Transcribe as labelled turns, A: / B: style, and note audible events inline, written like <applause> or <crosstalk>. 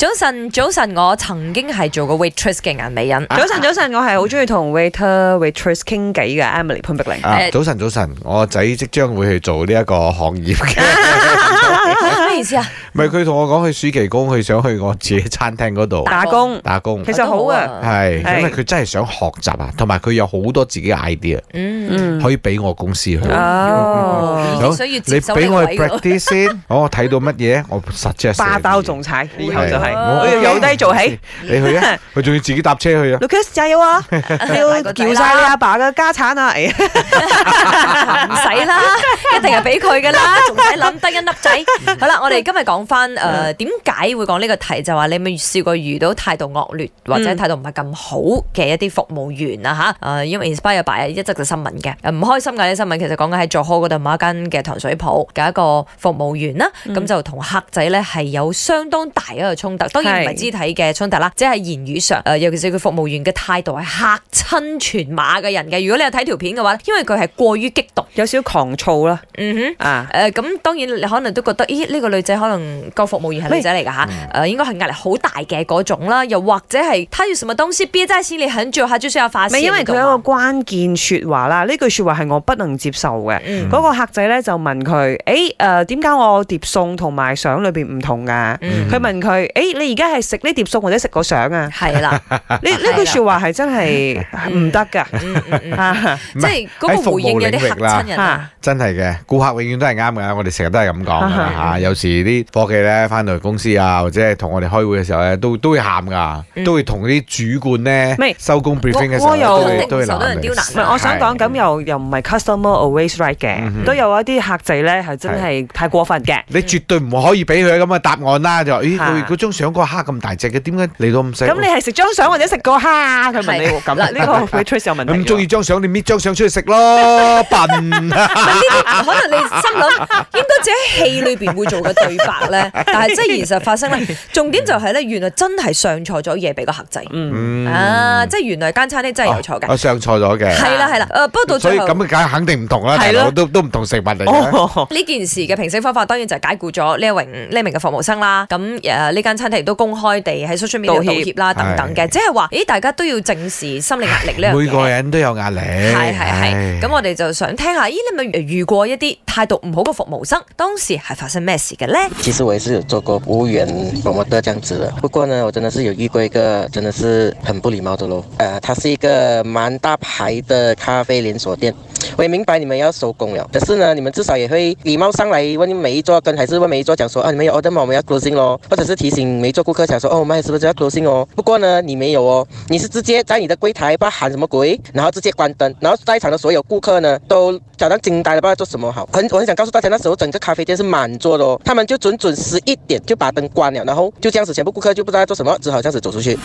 A: 早晨，早晨，我曾經係做過 waitress 嘅顏美
B: 啊
A: 人。
C: 早晨，早晨，我係好中意同 waiter、waitress 傾偈嘅 Emily 潘碧玲。
A: 啊
B: 啊，早晨早晨，我仔即將會去做呢一個行業嘅，
C: <laughs>
B: <laughs>
A: 咩意思啊？
B: 唔係佢同我講去暑期工，佢想去我自己餐廳嗰度
C: 打工
B: 打工
C: 其，實好啊
B: 係
C: 係
B: 因為佢真係想學習啊，同埋佢有好多自己 idea
A: 嗯，
C: 嗯，
B: 可以俾我公司去。
C: 哦
A: 已
B: 好
A: 經想要接
B: 你
A: 手
B: 俾
A: 呢個
B: 我
A: 位
B: 去
A: 㗎
B: practice
C: <laughs>
B: 先，好我睇到乜嘢，我實即係
C: 霸道仲柴，以後就係
A: 係
C: 我要由低做起。。
B: 你去
C: <laughs>
B: 啊，佢仲要自己搭車去啊。
C: Lucas 加油
A: <laughs>
C: 啊！你要撬晒你阿爸嘅家產啊！哎呀
A: 唔使啦，一定係俾佢噶啦，仲使諗得一粒仔。好啦，我哋今日講翻誒點解會講呢個題，就話你有冇試過遇到態度惡劣或者態度唔係咁好嘅一啲服務員啊吓，誒、因為 Inspire by 一則嘅新聞嘅，誒呃唔開心嘅呢啲新聞，其實講緊喺佐科嗰度某一間嘅糖水鋪嘅一個服務員啦，咁、就同客仔咧係有相當大一個衝突，當然唔係
C: 係
A: 肢體嘅衝突啦，即係言語上誒、尤其是佢服務員嘅態度係嚇親全馬嘅人嘅。如果你有睇條片嘅話，因為佢係過於激動。
C: 有少少狂躁啦
A: 嗯哼。
C: 啊！
A: 誒咁、當然你可能都覺得，咦呢、個女仔可能個服務員係女仔嚟㗎嚇，誒、
C: 嗯
A: 呃應該係壓力好大嘅嗰種啦，又或者係她有什麼東西憋在心裡很久，她就是要發
C: 唔
A: 泄。
C: 係因為佢
A: 你懂
C: 有一
A: 嗎
C: 個關鍵説話啦，呢句説話係我不能接受嘅。
A: 嗯
C: 嗰個客仔咧就問佢：，誒誒點解我碟餸同埋相裏邊唔同㗎？
A: 嗯
C: 佢問佢：，誒你而家係食呢碟餸或者食個相啊？
A: 係啦，
C: <laughs> 呢呢句説話係真係唔得㗎。
A: 嗯嗯嗯
C: 啊
A: 即係嗰個回應有啲嚇親人啊。
B: 真係嘅，顧客永遠都係啱嘅，我哋成日都係咁講㗎
C: 啊
B: 啦
C: 哈
B: 嚇。有時啲伙計咧翻到嚟公司啊，或者係同我哋開會嘅時候咧，都都會喊㗎，都會同啲主管咧
C: 咩
B: 收工 briefing 嘅時
C: 我
B: 候
C: 又
B: 都會都會
A: 受到人
B: 鬧
A: 刁難
C: 唔係，我想講咁。又又唔係 customer always right
B: 嗯
C: 嘅，
B: 哼
C: 都有一啲客仔咧係真係太過分嘅。
B: 你絕對唔可以俾佢咁嘅答案啦！就話咦，
C: 嚇
B: 佢嗰張相個蝦咁大隻嘅，點解嚟到咁細？
C: 咁你係食張相或者食個蝦？佢問你
A: 係
C: 咁
A: 嗱
C: 呢個 waitress 有問題喎。
B: 唔中意張相，你搣張相出去食咯，笨！
A: 唔係呢啲，可能你心諗應該只喺戲裏邊會做嘅對白
B: <laughs>
A: 咧，但係真係現實發生咧。重點就係咧，原來真係上錯咗嘢俾個客仔
C: 嗯，
B: 嗯
A: 啊！即係原來間餐廳真係有錯嘅
B: 我，上錯咗嘅，
A: 係啦係啦。誒，不過到
B: 所以
A: 最後
B: 咁。梗係肯定唔同啦，大
C: 係咯
B: 佬都都唔同食物嚟嘅。
C: 哦，
A: 呢件事嘅平息方法當然就係解僱咗呢一名呢名嘅服務生啦。咁誒呢間餐廳亦都公開地喺 social media 道
C: 道歉
A: 歉啦，等等嘅，即係話，咦大家都要正視心理壓力呢樣嘢。
B: 每個人都有壓力，
A: 係係
B: 唉
A: 係，咁我哋就想聽下，咦你咪遇過一啲態度唔好嘅服務生，當時係發生咩事嘅咧？
D: 其实我也是有做过服务员、广播的这样子的。不过呢，我真的是有遇过一个真的是很不礼貌的咯。呃，它是一个蛮大牌的咖啡连锁店。我也明白你们要收工了，可是呢，你们至少也会礼貌上来问每一桌跟，还是问每一桌讲说啊，你们有 order 吗？我们要 closing 咯，或者是提醒每一桌顾客讲说哦，我们是不是要 closing 哦？不过呢，你没有哦，你是直接在你的柜台不知道喊什么鬼，然后直接关灯，然后在场的所有哦顾客呢都假装惊呆了，不知道做什么好。很，我很想告诉大家，那时候整个咖啡店是满座的哦，他们就准准十一点就把灯关了，然后就这样子，全部顾客就不知道在做什么，只好这样子走出去。